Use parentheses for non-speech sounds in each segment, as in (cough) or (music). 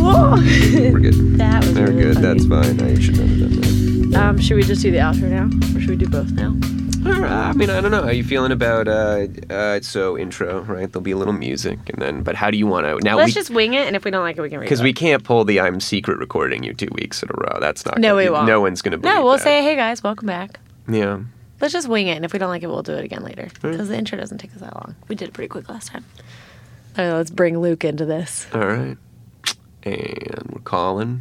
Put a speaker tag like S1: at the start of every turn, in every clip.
S1: We're good.
S2: (laughs) that was
S1: They're
S2: really
S1: good.
S2: funny.
S1: That's fine. I should not have done that.
S2: Um, should we just do the outro now, or should we do both now?
S1: All right, I mean, I don't know. How you feeling about uh, uh, so intro? Right, there'll be a little music, and then. But how do you want to now?
S2: Let's
S1: we,
S2: just wing it, and if we don't like it, we can read
S1: because we can't pull the I'm secret recording you two weeks in a row. That's not.
S2: No,
S1: gonna
S2: we
S1: be-
S2: won't.
S1: No one's gonna believe.
S2: No, we'll
S1: that.
S2: say, hey guys, welcome back.
S1: Yeah.
S2: Let's just wing it, and if we don't like it, we'll do it again later.
S1: Hmm.
S2: Because the intro doesn't take us that long. We did it pretty quick last time. I don't know, let's bring Luke into (laughs) this.
S1: All right. And we're calling.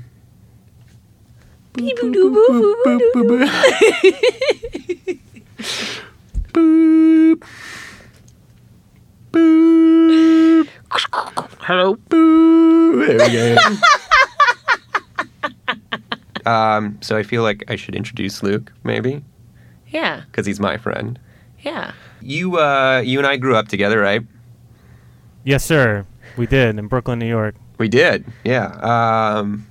S1: Boop. Boop. Hello. Boop.
S2: (laughs)
S1: There we go. um, so I feel like I should introduce Luke, maybe,
S2: (laughs) Yeah,
S1: because he's my friend.
S2: yeah.
S1: You, uh, you and I grew up together, right?
S3: Yes, sir. We did in Brooklyn, New York.
S1: We did, yeah. Um,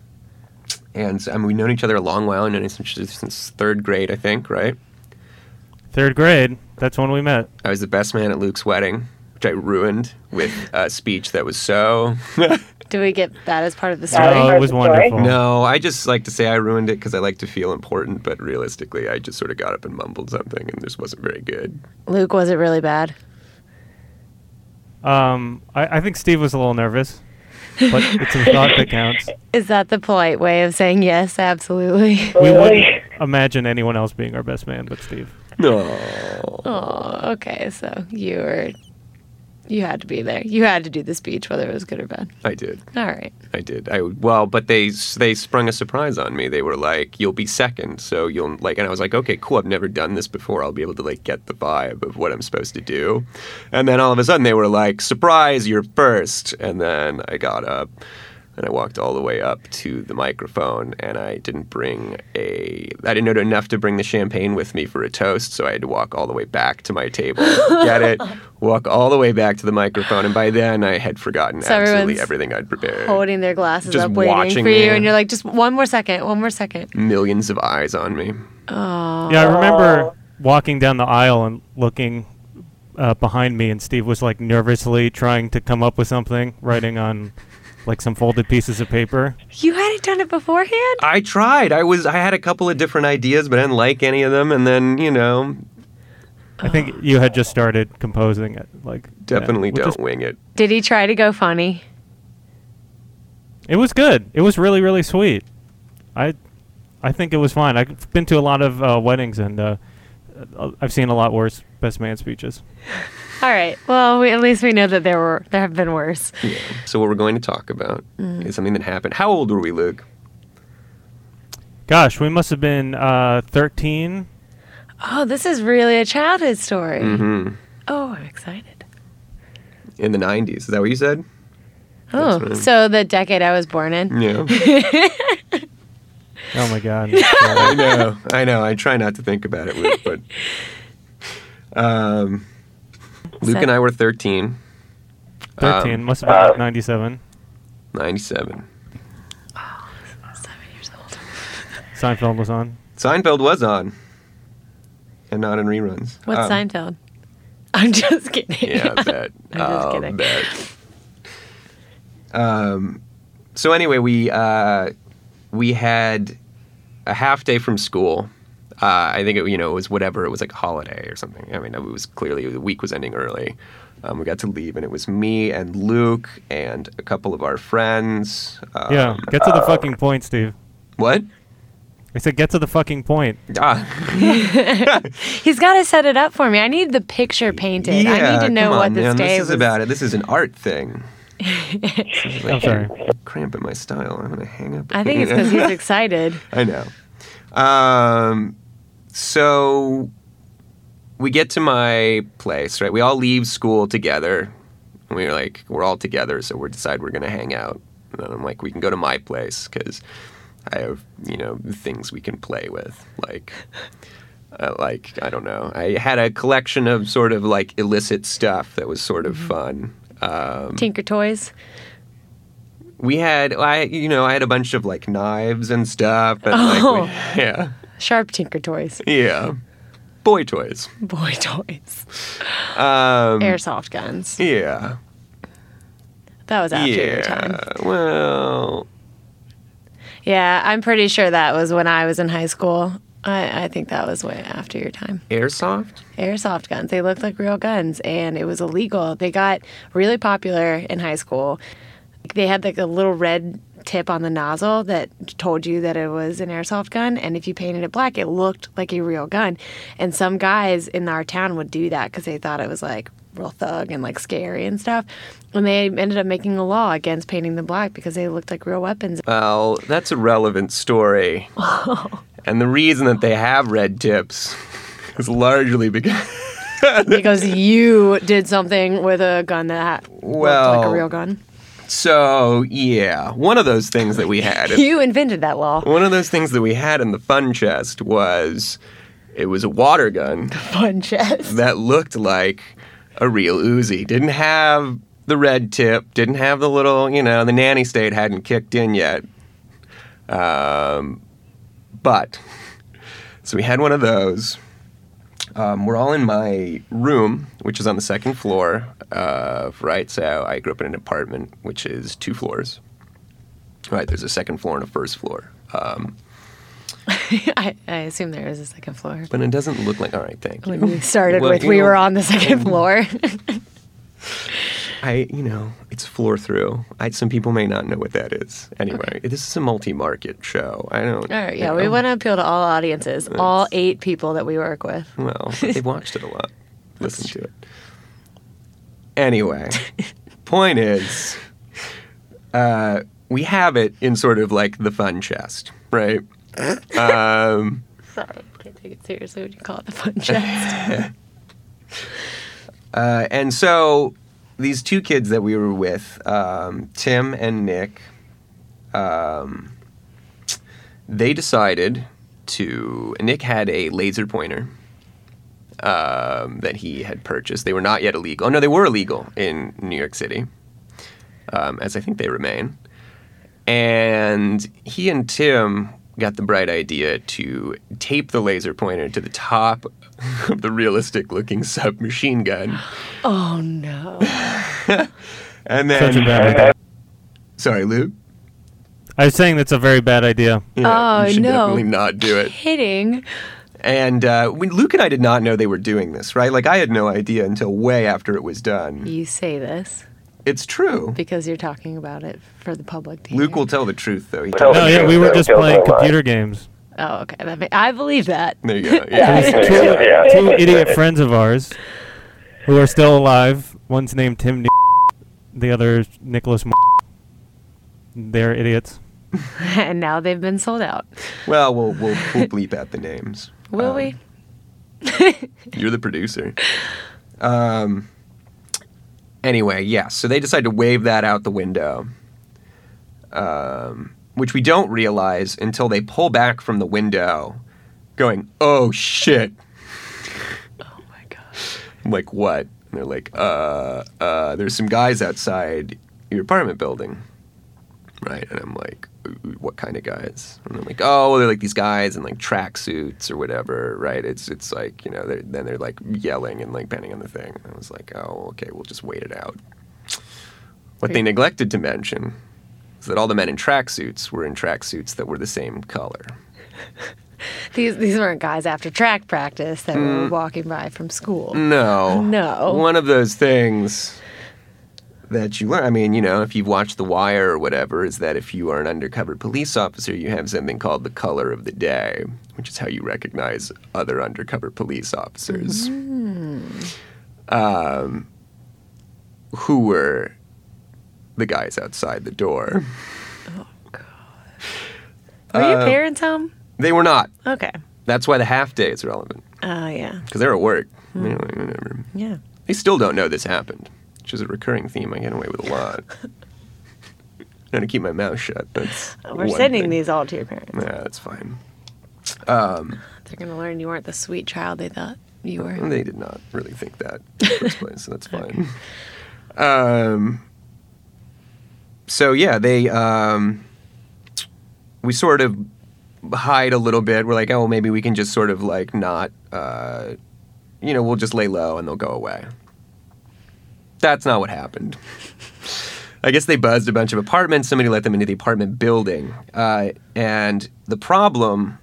S1: and I mean, we've known each other a long while. I've known each other since third grade, I think, right?
S3: Third grade. That's when we met.
S1: I was the best man at Luke's wedding, which I ruined with a speech that was (laughs) so.
S2: Do we get that as part of the story?
S4: Sorry.
S3: Oh, it was wonderful.
S1: no, I just like to say I ruined it because I like to feel important, but realistically, I just sort of got up and mumbled something and this wasn't very good.
S2: Luke, was it really bad?
S3: Um, I, I think Steve was a little nervous,
S2: (laughs)
S3: but it's a thought that counts.
S2: Is that the polite way of saying yes, absolutely?
S3: We
S4: Really?
S3: wouldn't imagine anyone else being our best man but Steve.
S1: No.
S2: Oh, okay. So you were, you had to be there. You had to do the speech, whether it was good or bad.
S1: I did.
S2: All right.
S1: I did. I well, but they they sprung a surprise on me. They were like, "You'll be second, so you'll like." And I was like, "Okay, cool. I've never done this before. I'll be able to like get the vibe of what I'm supposed to do." And then all of a sudden, they were like, "Surprise! You're first. And then I got up and I walked all the way up to the microphone, and I didn't bring a. I didn't know enough to bring the champagne with me for a toast, so I had to walk all the way back to my table, get
S2: (laughs)
S1: it, walk all the way back to the microphone, and by then I had forgotten
S2: So
S1: absolutely
S2: everyone's
S1: everything I'd prepared
S2: Holding their glasses
S1: Just
S2: up, waiting
S1: watching
S2: for
S1: me.
S2: you, and you're like, just one more second, one more second.
S1: millions of eyes on me.
S2: Oh.
S3: Yeah, I remember walking down the aisle and looking uh, behind me, and Steve was like nervously trying to come up with something, writing on like some folded pieces of paper.
S2: You hadn't done it beforehand.
S1: I tried. I was I had a couple of different ideas, but I didn't like any of them. And then you know,
S2: (gasps)
S3: I think you had just started composing it. Like then,
S1: definitely
S3: which
S1: don't
S3: is-
S1: wing it.
S2: Did he try to go funny?
S3: It was good. It was really really sweet. I I think it was fine. I've been to a lot of uh, weddings and uh, uh, I've seen a lot worse best man speeches.
S2: All right. Well, we, at least we know that there were there have been worse.
S1: So what we're going to talk about is something that happened. How old were we, Luke?
S3: Gosh, we must have been uh, 13.
S2: Oh, this is really a childhood story.
S1: hmm
S2: Oh, I'm excited.
S1: In the nineties. Is that what you said? That's
S2: Oh,
S1: right.
S2: so the decade I was born in.
S1: Yeah.
S2: (laughs)
S3: Oh my god.
S1: (laughs) I know. I know. I try not to think about it, Luke, but um, Luke
S2: So-
S1: and I were 13,
S3: 13 must have been like 97.
S1: 97.
S2: Seven years old.
S3: Seinfeld was on.
S1: Seinfeld was on, and not in reruns.
S2: What's
S1: Um,
S2: Seinfeld? I'm just kidding. (laughs)
S1: Yeah, that.
S2: I'm just
S1: I'll
S2: kidding.
S1: bet.
S2: (laughs)
S1: Um, so anyway, we uh, we had a half day from school. Uh, I think it, you know it was whatever it was like a holiday or something. I mean, it was clearly the week was ending early. Um, we got to leave, and it was me and Luke and a couple of our friends. Um,
S3: yeah, get to the fucking point, Steve.
S1: What?
S3: I said get to the fucking point.
S1: Ah,
S2: He's got to set it up for me. I need the picture painted. I need
S1: yeah,
S2: to know
S1: come on,
S2: what this
S1: man.
S2: day
S1: This is
S2: was.
S1: about it. This is an art thing.
S3: I'm sorry.
S1: Cramp in my style. I'm gonna hang up.
S2: I think it's
S1: (laughs)
S2: because he's excited.
S1: I know. Um, so we get to my place, right? We all leave school together. And we are like, we're all together, so we decide we're going to hang out. And then I'm like, we can go to my place because I have, you know, things we can play with. Like, uh, like I don't know. I had a collection of sort of like illicit stuff that was sort of fun. Um,
S2: Tinker Toys.
S1: We had, I, you know, I had a bunch of like knives and stuff, and
S2: Oh.
S1: like, we, (laughs) yeah.
S2: Sharp Tinker
S1: (laughs)
S2: Toys.
S1: Yeah. Boy toys.
S2: Boy toys.
S1: Um,
S2: Airsoft guns.
S1: yeah.
S2: That was after
S1: yeah.
S2: your time.
S1: Well,
S2: Yeah, I'm pretty sure that was when I was in high school. I, I think that was way after your time.
S1: Airsoft?
S2: airsoft guns. They looked like real guns, and it was illegal. They got really popular in high school. They had like a little red tip on the nozzle that told you that it was an airsoft gun, and if you painted it black, it looked like a real gun. And some guys in our town would do that because they thought it was like real thug and like scary and stuff. And they ended up making a law against painting them black because they looked like real weapons.
S1: Well, that's a relevant story. and the reason that they have red tips (laughs) is largely because.
S2: because you did something with a gun that well, looked like
S1: Well,
S2: a real gun.
S1: (laughs) So, yeah, one of those things that we had.
S2: (laughs) You invented that law.
S1: One of those things that we had in the fun chest was it was a water gun
S2: Fun chest.
S1: that looked like a real Uzi. Didn't have the red tip, didn't have the little, you know, the nanny state hadn't kicked in yet. Um, but, so we had one of those. Um, we're all in my room, which is on the second floor, uh, right? So I grew up in an apartment, which is two floors. Right, there's a second floor and a first floor. Um,
S2: (laughs) I, I assume there is a second floor.
S1: But it doesn't look like, all right, thank you.
S2: When we started
S1: Well,
S2: with,
S1: you
S2: we
S1: know- um,
S2: were on the second
S1: (laughs)
S2: floor. (laughs)
S1: I, you know, it's floor through. I, some people may not know what that is. Anyway, this is a multi-market show. I don't.
S2: all right, yeah, we want to appeal to all audiences, all eight people that we work with.
S1: Well, they watched it a
S2: (laughs)
S1: lot, listened to it.
S2: (laughs)
S1: Anyway, point is, uh, we have it in sort of like the fun chest, right?
S2: Sorry, I can't take it seriously when you call it
S1: (laughs)
S2: the fun chest.
S1: Uh, and so these two kids that we were with, um, Tim and Nick, um, they decided to. Nick had a laser pointer um, that he had purchased. They were not yet illegal. Oh, no, they were illegal in New York City, um, as I think they remain. And he and Tim got the bright idea to tape the laser pointer to the top (laughs) of the realistic looking submachine gun.
S2: oh no!
S1: And then,
S3: Such a bad idea.
S1: sorry, Lou.
S3: I was saying that's a very bad idea.
S1: Yeah,
S2: Oh,
S1: you should
S2: no.
S1: definitely not do it.
S2: Hitting.
S1: And uh, when Luke and I did not know they were doing this, right? Like I had no idea until way after it was done.
S2: You say this
S1: It's true.
S2: because you're talking about it for the public to
S1: Luke
S2: hear.
S1: will tell the truth, though. He
S4: Tell-
S3: No, yeah, we were just playing computer games.
S2: Oh, okay. That ma- I believe (laughs) that.
S1: there you go. Yeah.
S3: There's two, two idiot friends of ours who are still alive. One's named Tim, N- the other is Nicholas. M- They're idiots.
S2: and now they've been sold out.
S1: well, we'll we'll we'll bleep out the names.
S2: (laughs) Will
S1: Um,
S2: we?
S1: You're the producer. Um. Anyway, yeah. So they decide to wave that out the window, um, which we don't realize until they pull back from the window, going, "Oh shit!"
S2: Oh my god.
S1: I'm like, "What?" And they're like, "Uh, uh, there's some guys outside your apartment building, right?" And I'm like, "What kind of guys?" And they're like, "Oh, well, they're like these guys in like tracksuits or whatever, right?" It's it's like you know, they're, then they're like yelling and like banging on the thing. And I was like, "Oh, okay, we'll just wait it out." What they
S2: Right.
S1: neglected to mention is that all the men in tracksuits were in tracksuits that were the same color.
S2: These these weren't guys after track practice that
S1: Mm.
S2: were walking by from school.
S1: No.
S2: No.
S1: One of those things that you learn. I mean, you know, if you've watched The Wire or whatever, is that if you are an undercover police officer, you have something called the color of the day, which is how you recognize other undercover police officers um, who were the guys outside the door.
S2: Were your
S1: uh,
S2: parents home?
S1: They were not.
S2: Okay.
S1: That's why the half day is relevant,
S2: Oh yeah.
S1: because they're at work. You know, like, whatever.
S2: Yeah.
S1: They still don't know this happened, which is a recurring theme I get away with a
S2: (laughs)
S1: lot. Trying to keep my mouth shut. That's
S2: We're
S1: one
S2: sending
S1: thing.
S2: these all to your parents.
S1: Yeah, that's fine.
S2: They're gonna learn you weren't the sweet child they thought you were.
S1: And they did not really think that in the first place, so that's fine. Um, so yeah, they um, we sort of hide a little bit. We're like, oh, well, maybe we can just sort of like not, uh, you know, we'll just lay low and they'll go away. That's not what happened. I guess they buzzed a bunch of apartments. Somebody let them into the apartment building, uh, and the problem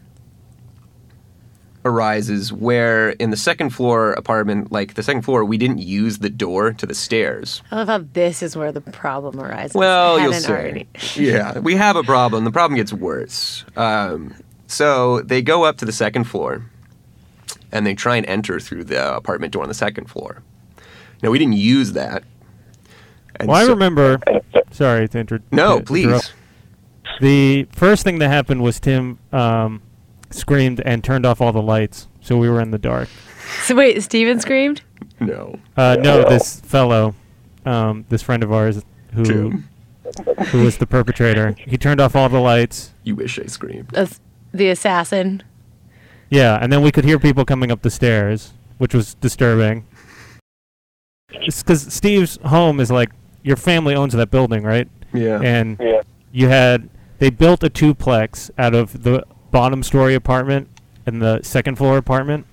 S1: arises where in the second floor apartment, like the second floor, we didn't use the door to the stairs.
S2: I love how this is where the problem arises.
S1: Well,
S2: I
S1: you'll
S2: haven't
S1: see.
S2: already-
S1: (laughs) yeah, we have a problem. The problem gets worse. Um, so they go up to the second floor, and they try and enter through the apartment door on the second floor. Now we didn't use that. And
S3: Well, I
S1: so-
S3: remember. (laughs) Sorry to inter-
S1: No,
S3: to interrupt.
S1: please.
S3: The first thing that happened was Tim um, screamed and turned off all the lights, so we were in the dark.
S2: So wait, Steven screamed.
S1: No.
S3: Uh, no, this fellow, um, this friend of ours, who
S1: Tim,
S3: who was the perpetrator, he turned off all the lights.
S1: you wish I screamed.
S2: As the assassin.
S3: Yeah, and then we could hear people coming up the stairs, which was disturbing. Because Steve's home is like your family owns that building, right?
S1: Yeah.
S3: And
S4: Yeah.
S3: you had they built a duplex out of the bottom story apartment and the second floor apartment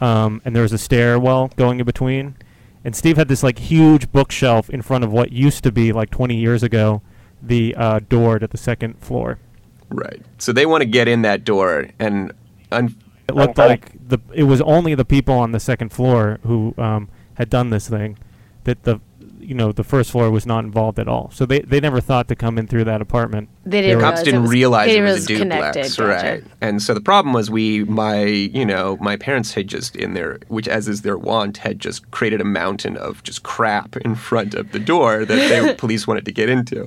S3: um, and there was a stairwell going in between and steve had this like huge bookshelf in front of what used to be like 20 years ago the uh, door to the second floor
S1: right. So they want to get in that door, and un-
S3: it looked
S4: Okay.
S3: like the it was only the people on the second floor who um, had done this thing that the you know the first floor was not involved at all so they, they never thought to come in through that apartment
S2: They didn't
S3: were-
S1: cops
S2: realize it
S1: didn't
S2: was-
S1: realize
S2: they
S1: it was a
S2: realized
S1: duplex,
S2: connected, gotcha.
S1: right? And so the problem was we, my, you know, my parents had just in their, which as is their wont, had just created a mountain of just crap in front of the door that the
S2: (laughs)
S1: police wanted to get into.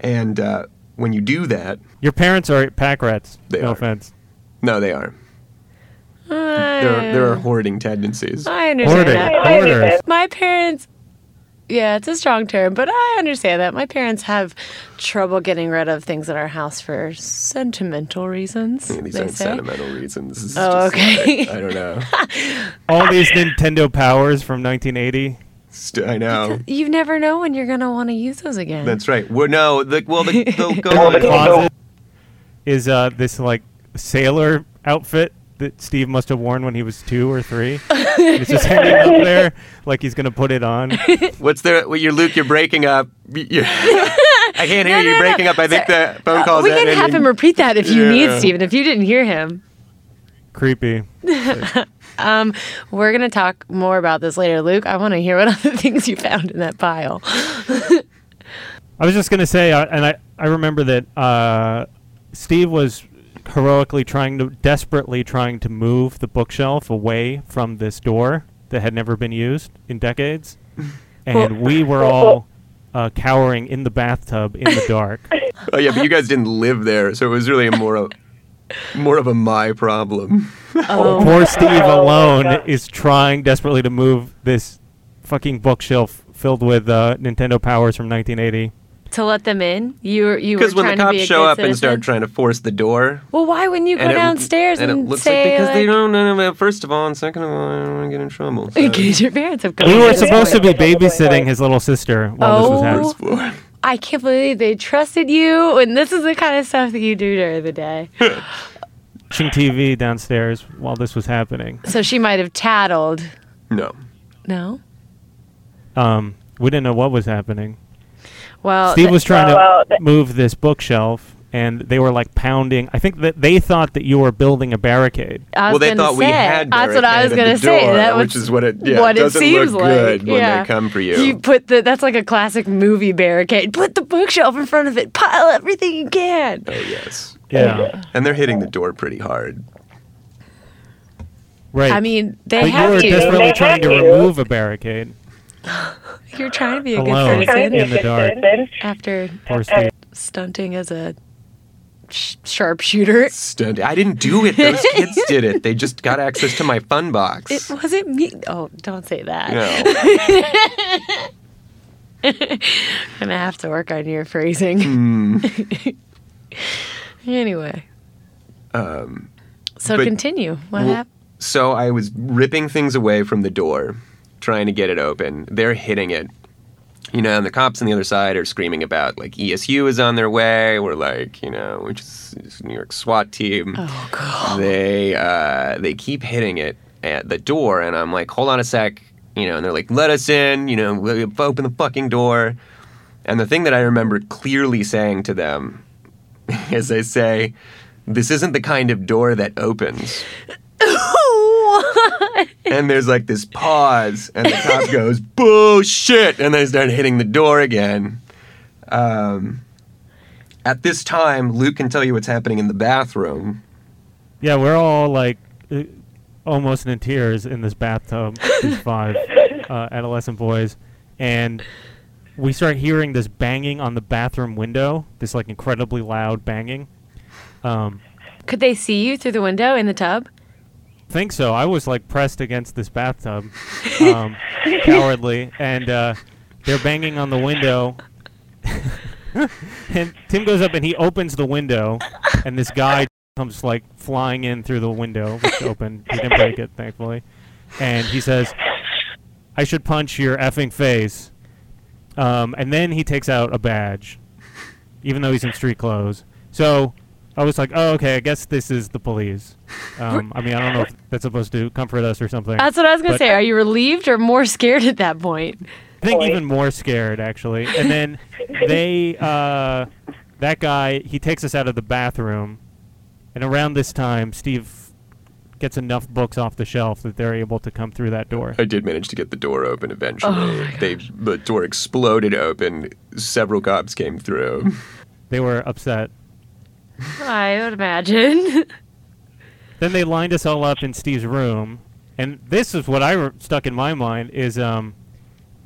S1: And uh, when you do that,
S3: your parents are pack rats
S1: They
S3: no
S1: are.
S3: offense
S1: no, they are. There, there
S2: Hmm.
S1: are hoarding tendencies.
S2: I understand
S3: Hoarding.
S2: that.
S3: Hoarders.
S2: My parents. Yeah, it's a strong term, but I understand that. My parents have trouble getting rid of things in our house for sentimental reasons.
S1: Yeah, These
S2: they
S1: aren't
S2: say.
S1: sentimental reasons. This is
S2: Oh,
S1: just
S2: okay.
S1: like, I don't know.
S3: All these Nintendo powers from 1980.
S1: St- I
S2: (laughs)
S1: know.
S2: You never know when you're going to want to use those again.
S1: That's right. Well, no. The, well, the, they'll
S2: (laughs)
S1: go
S4: Well, the
S1: on.
S3: Closet is uh, this like sailor outfit that Steve must have worn when he was two or
S2: (laughs)
S3: three. And it's just hanging up there like he's gonna put it on.
S2: (laughs)
S1: What's the? Well, you're Luke. You're breaking up. You're- I can't hear
S2: No,
S1: you
S2: no, no.
S1: breaking up. I think the phone
S2: Uh,
S1: calls.
S2: we can have him repeat that if you
S1: Yeah.
S2: need, Stephen. If you didn't hear him,
S3: Creepy.
S2: we're going to talk more about this later. Luke, I want to hear what (laughs) other things you found in that pile.
S3: I was just gonna say, uh, and I I remember that uh, Steve was heroically trying to, desperately trying to move the bookshelf away from this door that had never been used in
S4: (laughs)
S3: decades, and we were all uh, cowering in the bathtub in the dark.
S1: Oh yeah, but you guys didn't live there, so it was really a more of more of a my
S2: (laughs)
S1: problem.
S2: Oh,
S3: Poor Steve
S4: (laughs) Oh,
S3: alone
S4: my God.
S3: is trying desperately to move this fucking bookshelf filled with uh, Nintendo powers from 1980.
S2: to let them in? You were you were
S1: Because when the
S2: trying to
S1: cops
S2: be a
S1: show
S2: good
S1: up and
S2: citizen?
S1: start trying to force the door,
S2: Well, why wouldn't you go
S1: and it-
S2: downstairs and,
S1: and it looks
S2: say
S1: like because they
S2: like, (laughs)
S1: don't. No, no, first of all, and second of all, I don't want to get in trouble. So.
S2: In case your parents have come.
S3: We
S2: in
S3: were
S2: at this
S3: supposed to
S2: point.
S3: be babysitting his little sister while this was
S2: Oh.
S3: happening.
S1: First floor.
S2: I can't believe they trusted you, and this is the kind of stuff that you do during the
S1: (laughs)
S2: day.
S3: Watching TV downstairs while this was happening.
S2: so she might have tattled.
S1: No.
S2: No.
S3: Um, we didn't know what was happening.
S2: Well,
S3: Steve
S2: th-
S3: was trying
S4: Oh, well,
S3: to
S4: th-
S3: move this bookshelf, and they were like pounding. I think that they thought that you were building a barricade.
S2: I
S1: Well,
S2: was
S1: they
S2: gonna
S1: thought we
S2: say,
S1: had
S2: That's what I was
S1: barricaded
S2: gonna
S1: the
S2: say.
S1: door,
S2: That was
S1: which is what it- yeah,
S2: what
S1: it
S2: it
S1: doesn't
S2: seems
S1: look
S2: like.
S1: good when they
S2: yeah.
S1: come for you.
S2: You put the that's like a classic movie barricade. Put the bookshelf in front of it. Pile everything you can.
S1: Oh yes.
S3: Yeah,
S1: And they're hitting the door pretty hard.
S3: right.
S2: I mean, they
S3: but you
S2: have
S3: were
S2: to.
S3: desperately
S4: They
S3: trying to
S4: had you.
S3: remove a barricade.
S2: You're trying to be a
S3: Alone.
S2: good
S4: Trying to be
S2: citizen
S3: In
S4: a
S3: the
S4: good
S3: dark.
S4: citizen.
S2: after
S3: Poor Steve.
S2: stunting as a sh- sharpshooter.
S1: Stunt. I didn't do it.
S2: (laughs)
S1: Those kids did it. They just got access to my fun box.
S2: It wasn't me. Oh, don't say that.
S1: no.
S2: I'm gonna have to work on your phrasing.
S1: Hmm.
S2: (laughs) anyway,
S1: Um,
S2: so
S1: But-
S2: continue. What
S1: Well,
S2: happened?
S1: So I was ripping things away from the door, trying to get it open. They're hitting it. You know, and the cops on the other side are screaming about like ESU is on their way. We're like, you know, which is it's New York SWAT team.
S2: Oh god.
S1: They uh, they keep hitting it at the door, and I'm like, hold on a sec, you know. And they're like, let us in, you know, we'll open the fucking door. And the thing that I remember clearly saying to them (laughs) is I say, This isn't the kind of door that opens.
S2: (laughs) what?
S1: And there's like this pause, and the cop goes, Bullshit! And they start hitting the door again. Um, at this time, Luke can tell you what's happening in the bathroom.
S3: Yeah, we're all like uh, almost in tears in this bathtub. These five uh, adolescent boys, and we start hearing this banging on the bathroom window. This like incredibly loud banging. Um,
S2: Could they see you through the window in the tub?
S3: think so. I was like pressed against this bathtub, um, cowardly, and uh, they're banging on the window. (laughs) and Tim goes up and he opens the window, and this guy comes like flying in through the window, which opened. He didn't break it, thankfully. And he says, "I should punch your effing face." Um, and then he takes out a badge, even though he's in street clothes. So I was like, "Oh, okay. I guess this is the police." Um, I mean, I don't know if that's supposed to comfort us or something.
S2: That's what I was gonna
S3: But-
S2: say. Are you relieved or more scared at that point?
S3: I think
S4: Boy.
S3: even more scared actually. And then they, uh, that guy, he takes us out of the bathroom, and around this time, Steve gets enough books off the shelf that they're able to come through that door.
S1: I did manage to get the door open eventually.
S2: Oh my
S1: they the door exploded open. Several cops came through.
S3: They were upset.
S2: I would imagine.
S3: Then they lined us all up in Steve's room, and this is what I re- stuck in my mind is um,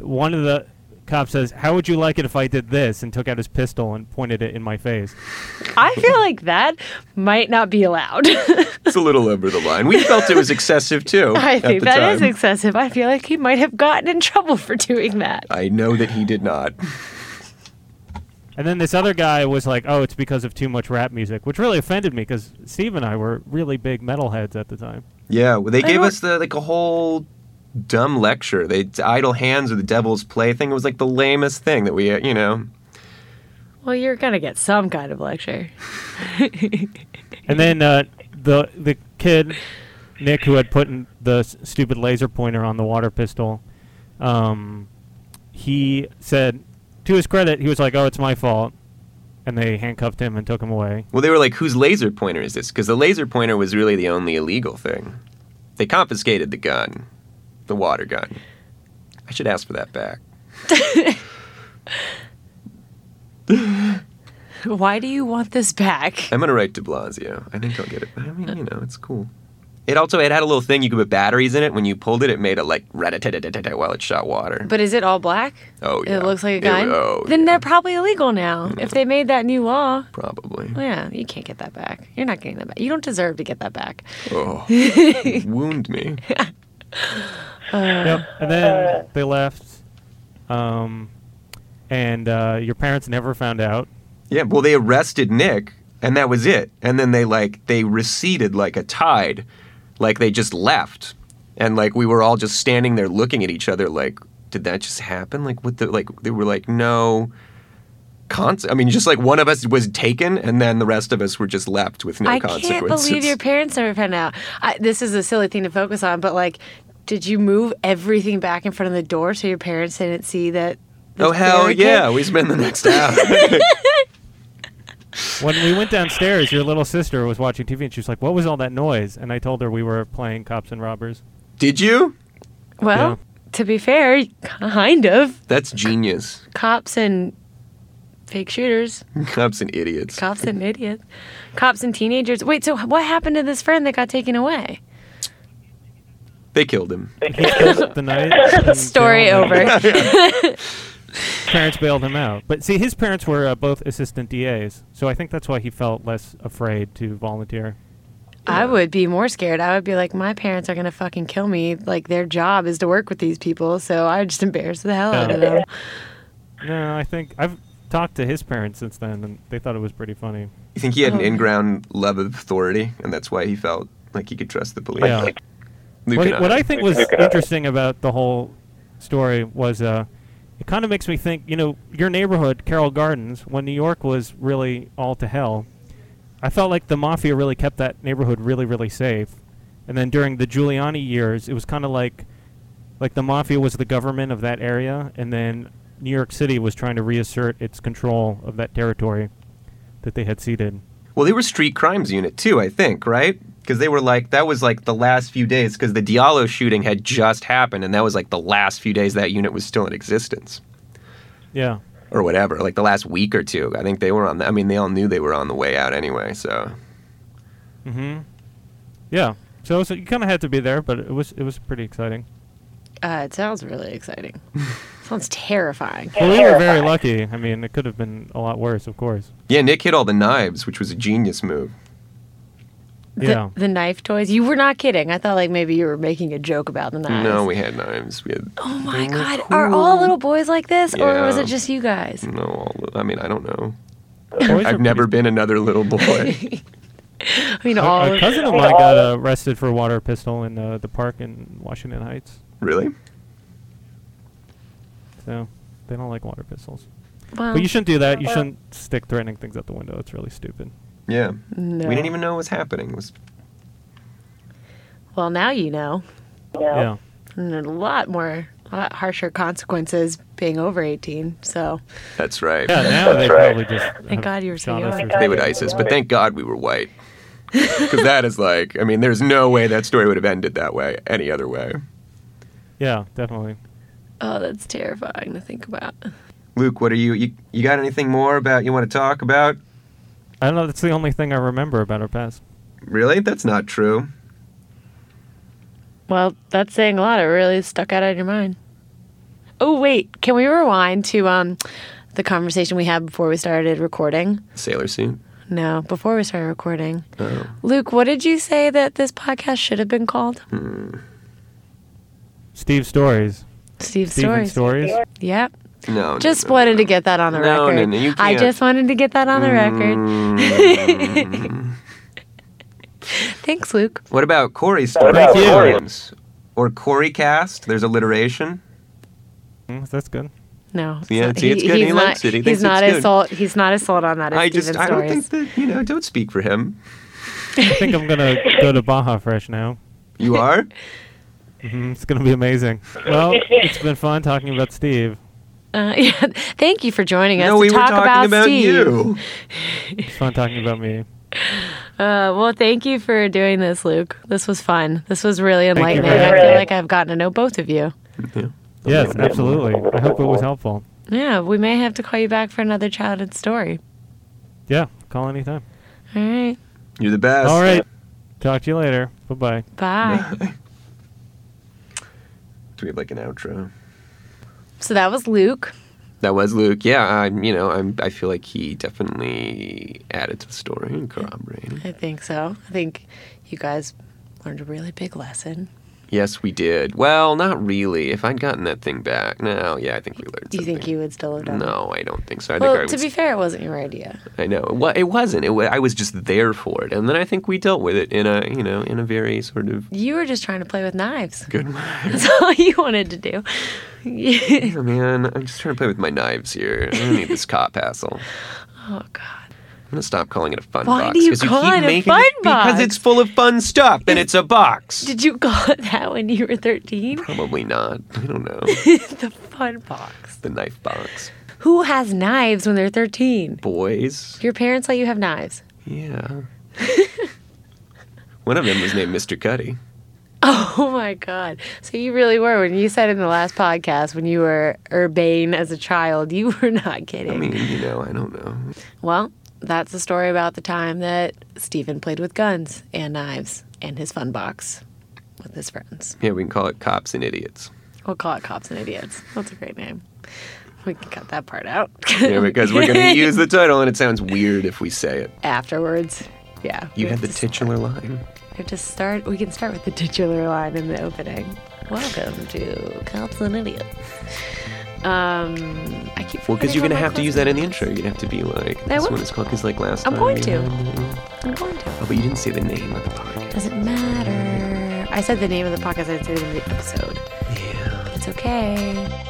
S3: one of the cops says, "How would you like it if I did this?" and took out his pistol and pointed it in my face.
S2: (laughs) I feel like that might not be allowed. (laughs)
S1: It's a little over the line. We felt it was excessive too.
S2: (laughs) I
S1: at
S2: think
S1: the
S2: that is
S1: time.
S2: excessive. I feel like he might have gotten in trouble for doing that.
S1: I know that he did not.
S3: And then this other guy was like, "Oh, it's because of too much rap music," which really offended me because Steve and I were really big metalheads at the time.
S1: Yeah, well, they
S2: I
S1: gave
S2: don't-
S1: us the like a whole dumb lecture. They idle hands or the devil's play thing. It was like the lamest thing that we, uh, you know.
S2: Well, you're gonna get some kind of lecture.
S3: And then uh, the the kid Nick who had put in the s- stupid laser pointer on the water pistol, um, he said, to his credit, he was like, "Oh, it's my fault," and they handcuffed him and took him away.
S1: Well, they were like, whose laser pointer is this? Because the laser pointer was really the only illegal thing. They confiscated the gun, the water gun. I should ask for that back.
S2: (laughs) Why do you want this back?
S1: I'm gonna write De Blasio. I think I'll get it. I mean, you know, it's cool. It also it had a little thing you could put batteries in it. When you pulled it, it made a like rat-a-tat-tat-tat-tat while it shot water.
S2: But is it all black?
S1: oh yeah,
S2: It looks like a
S1: It-
S2: gun.
S1: oh,
S2: then
S1: yeah, Mm.
S2: they're probably illegal now. If they made that new law,
S1: probably.
S2: well, yeah, you can't get that back. You're not getting that back. You don't deserve to get that back.
S1: Oh, wound me.
S3: Yep. And then they left, um, and uh, your parents never found out.
S1: Yeah. Well, they arrested Nick, and that was it. And then they like they receded like a tide, like they just left, and like we were all just standing there looking at each other, like, did that just happen? Like, what the like they were like, no. Cons- I mean, just like one of us was taken, and then the rest of us were just left with no
S2: I can't
S1: consequences.
S2: believe your parents never found out. I, this is a silly thing to focus on, but like, did you move everything back in front of the door so your parents didn't see that? this
S1: oh hell
S2: barricade-
S1: yeah! We spent the next hour. (laughs)
S3: When we went downstairs, your little sister was watching TV and she was like, "What was all that noise?" And I told her we were playing cops and robbers.
S1: Did you?
S2: Well,
S3: Yeah.
S2: to be fair, kind of.
S1: That's genius.
S2: Cops and fake shooters,
S1: Cops and idiots.
S2: cops and idiots, cops and teenagers. Wait, so what happened to this friend that got taken away?
S1: They killed
S2: (laughs)
S1: him.
S3: He spent the night. in jail
S2: Story
S3: and then
S2: over.
S3: Parents bailed him out, but see, his parents were uh, both assistant DAs, so I think that's why he felt less afraid to volunteer.
S2: I would be more scared. I would be like, my parents are gonna fucking kill me. Like their job is to work with these people, so I would just embarrass the hell out of them.
S3: No, I think I've talked to his parents since then, and they thought it was pretty funny.
S1: You think he had an
S2: Oh.
S1: in-ground love of authority, and that's why he felt like he could trust the police.
S3: (laughs) Yeah.
S1: Luke
S3: What,
S1: and
S3: what I think
S4: Luke
S3: was
S4: and I.
S3: interesting about the whole story was uh, it kind of makes me think, you know, your neighborhood, Carroll Gardens, when New York was really all to hell, I felt like the mafia really kept that neighborhood really, really safe. And then during the Giuliani years, it was kind of like like the mafia was the government of that area, and then New York City was trying to reassert its control of that territory that they had ceded.
S1: Well, they were street crimes unit too, I think, right? Because they were like that was like the last few days because the Diallo shooting had just happened, and that was like the last few days that unit was still in existence
S3: Yeah.
S1: or whatever. Like the last week or two, I think they were on. The, I mean, they all knew they were on the way out anyway. So
S3: Mm-hmm. Yeah. So, so you kind of had to be there, but it was it was pretty exciting.
S2: Uh, it sounds really exciting. (laughs) sounds terrifying.
S3: Well, we were very lucky. I mean, it could have been a lot worse, of course.
S1: yeah, Nick hit all the knives, which was a genius move.
S3: Yeah.
S2: The, the knife toys. You were not kidding. I thought like maybe you were making a joke about the knives.
S1: No, we had knives. We had
S2: Oh my god. Are all little boys like this, or was
S1: Yeah.
S2: it just you guys?
S1: no. All, I mean, I don't know.
S3: Boys are
S1: I've
S3: pretty-
S1: never been another little boy.
S3: (laughs)
S2: (laughs) I mean,
S3: A,
S2: all.
S3: a cousin of mine got uh, arrested for a water pistol in uh, the park in Washington Heights.
S1: really?
S3: So they don't like water pistols.
S2: Oh. well,
S3: But you shouldn't do that. You shouldn't stick threatening things out the window. It's really stupid.
S1: Yeah.
S2: no.
S1: We didn't even know what was happening. It was
S2: Well, now you know. (laughs)
S3: Yeah.
S2: And there are a lot more, a lot harsher consequences being over 18. So
S1: that's right.
S3: Yeah. Now they
S4: right.
S3: probably just have
S2: God you were
S3: shot
S2: saying
S3: us
S2: that.
S3: or
S2: Thank
S1: They would ISIS, but thank God we were
S2: (laughs)
S1: white. Because that is like, I mean, there's no way that story would have ended that way any other way.
S3: Yeah, definitely.
S2: Oh, that's terrifying to think about.
S1: Luke, what are you, you, you got anything more about you want to talk about?
S3: I don't know. That's the only thing I remember about our past.
S1: Really? That's not true.
S2: Well, that's saying a lot. It really stuck out on your mind. Oh, wait. Can we rewind to um, the conversation we had before we started recording?
S1: Sailor suit.
S2: No, before we started recording.
S1: Oh.
S2: Luke, what did you say that this podcast should have been called?
S1: Hmm.
S3: Steve stories.
S2: Steve's
S3: Steven
S2: Stories.
S3: stories.
S2: Yep.
S1: No. no,
S2: Just
S1: no,
S2: wanted to get that on the
S1: No, no,
S2: record.
S1: no, you
S2: I
S1: can't.
S2: just wanted to get that on the record.
S1: Mm.
S2: Thanks, Luke.
S1: (laughs) what about Corey stories?
S4: about Corey?
S1: Times? Or Corey cast? There's alliteration.
S3: Mm, that's good.
S2: No. it's
S1: Yeah,
S2: not-
S1: see, it's good, and he
S2: not,
S1: likes it. He thinks
S2: he's not
S1: it's
S2: as
S1: good.
S2: sold. He's not as sold on that as
S1: I
S2: Steven's
S1: just, I don't
S2: stories.
S1: think that, you know, don't speak for him.
S3: I
S2: (laughs)
S3: think I'm gonna go to Baja Fresh now.
S1: You are?
S3: hmm (laughs) It's gonna be amazing. Well, it's been fun talking about Steve.
S2: Uh, yeah. Thank you for joining us
S1: no,
S2: to
S1: we were
S2: talk
S1: talking
S2: about,
S1: about,
S2: Steve.
S1: you.
S3: It's fun talking about me.
S2: Uh, well, thank you for doing this, Luke. This was fun. This was really
S3: you
S2: enlightening.
S3: very
S2: I
S4: much.
S2: feel like I've gotten to know both of you.
S3: Yes, absolutely. I hope it was helpful.
S2: Yeah, we may have to call you back for another childhood story.
S3: Yeah, call anytime.
S2: All right.
S1: You're the best.
S3: All right. Talk to you later. Bye bye.
S2: Bye.
S1: (laughs) Do we have like an outro?
S2: so that was Luke.
S1: That was Luke. Yeah, I'm. You know, I'm. I feel like he definitely added to the story and corroborated.
S2: I think so. I think you guys learned a really big lesson.
S1: Yes, we did. Well, not really. If I'd gotten that thing back, no. Yeah, I think we learned.
S2: Do you think
S1: something.
S2: you would still have done? it?
S1: No, I don't think so. I think I
S2: Well,
S1: was.
S2: to be fair, it wasn't your idea.
S1: I know. Well, it wasn't. It wa I was just there for it, and then I think we dealt with it in a, you know, in a very sort of
S2: You were just trying to play with knives. (laughs)
S1: good way.
S2: That's all you wanted to do. (laughs) oh
S1: Oh, man, I'm just trying to play with my knives here. I don't need this cop hassle.
S2: Oh, God.
S1: I'm gonna stop calling it a fun
S2: Why
S1: box.
S2: do you
S1: 'cause
S2: call
S1: keep
S2: it a
S1: making
S2: fun
S1: Because
S2: box?
S1: it's full of fun stuff, and it's a box.
S2: Did you call (laughs) it that when you were 13?
S1: Probably not. I don't know.
S2: (laughs) the fun box.
S1: the knife box.
S2: Who has knives when they're 13?
S1: Boys.
S2: Your parents let you have knives. (laughs)
S1: Yeah. One of them was named Mr. Cuddy.
S2: Oh my God. So you really were. When you said in the last podcast, when you were urbane as a child, you (laughs) were not kidding.
S1: I mean, you know, I don't know.
S2: well, that's the story about the time that Stephen played with guns and knives and his fun box with his friends.
S1: Yeah, we can call it cops and idiots.
S2: We'll call it Cops and Idiots. That's a great name. We can cut that part out.
S1: Yeah, because we're
S2: (laughs)
S1: gonna use the title, and it sounds weird if we say it.
S2: afterwards. Yeah.
S1: You
S2: we
S1: had the
S2: to s-
S1: titular line.
S2: we have to start. We can start with the titular line in the opening. Welcome to Cops and Idiots. Um, I keep.
S1: Well, because
S2: forgetting
S1: you're
S2: what
S1: gonna
S2: my
S1: have to use that in the intro.
S2: closing
S1: You're gonna have to be like,
S2: I
S1: this
S2: will.
S1: one is called because like last
S2: I'm
S1: time.
S2: going
S1: you
S2: to.
S1: know.
S2: is. I'm going to.
S1: Oh, but you didn't say the name of the podcast.
S2: Doesn't matter. I said the name of the podcast. I didn't say the name of the episode.
S1: Yeah.
S2: It's okay.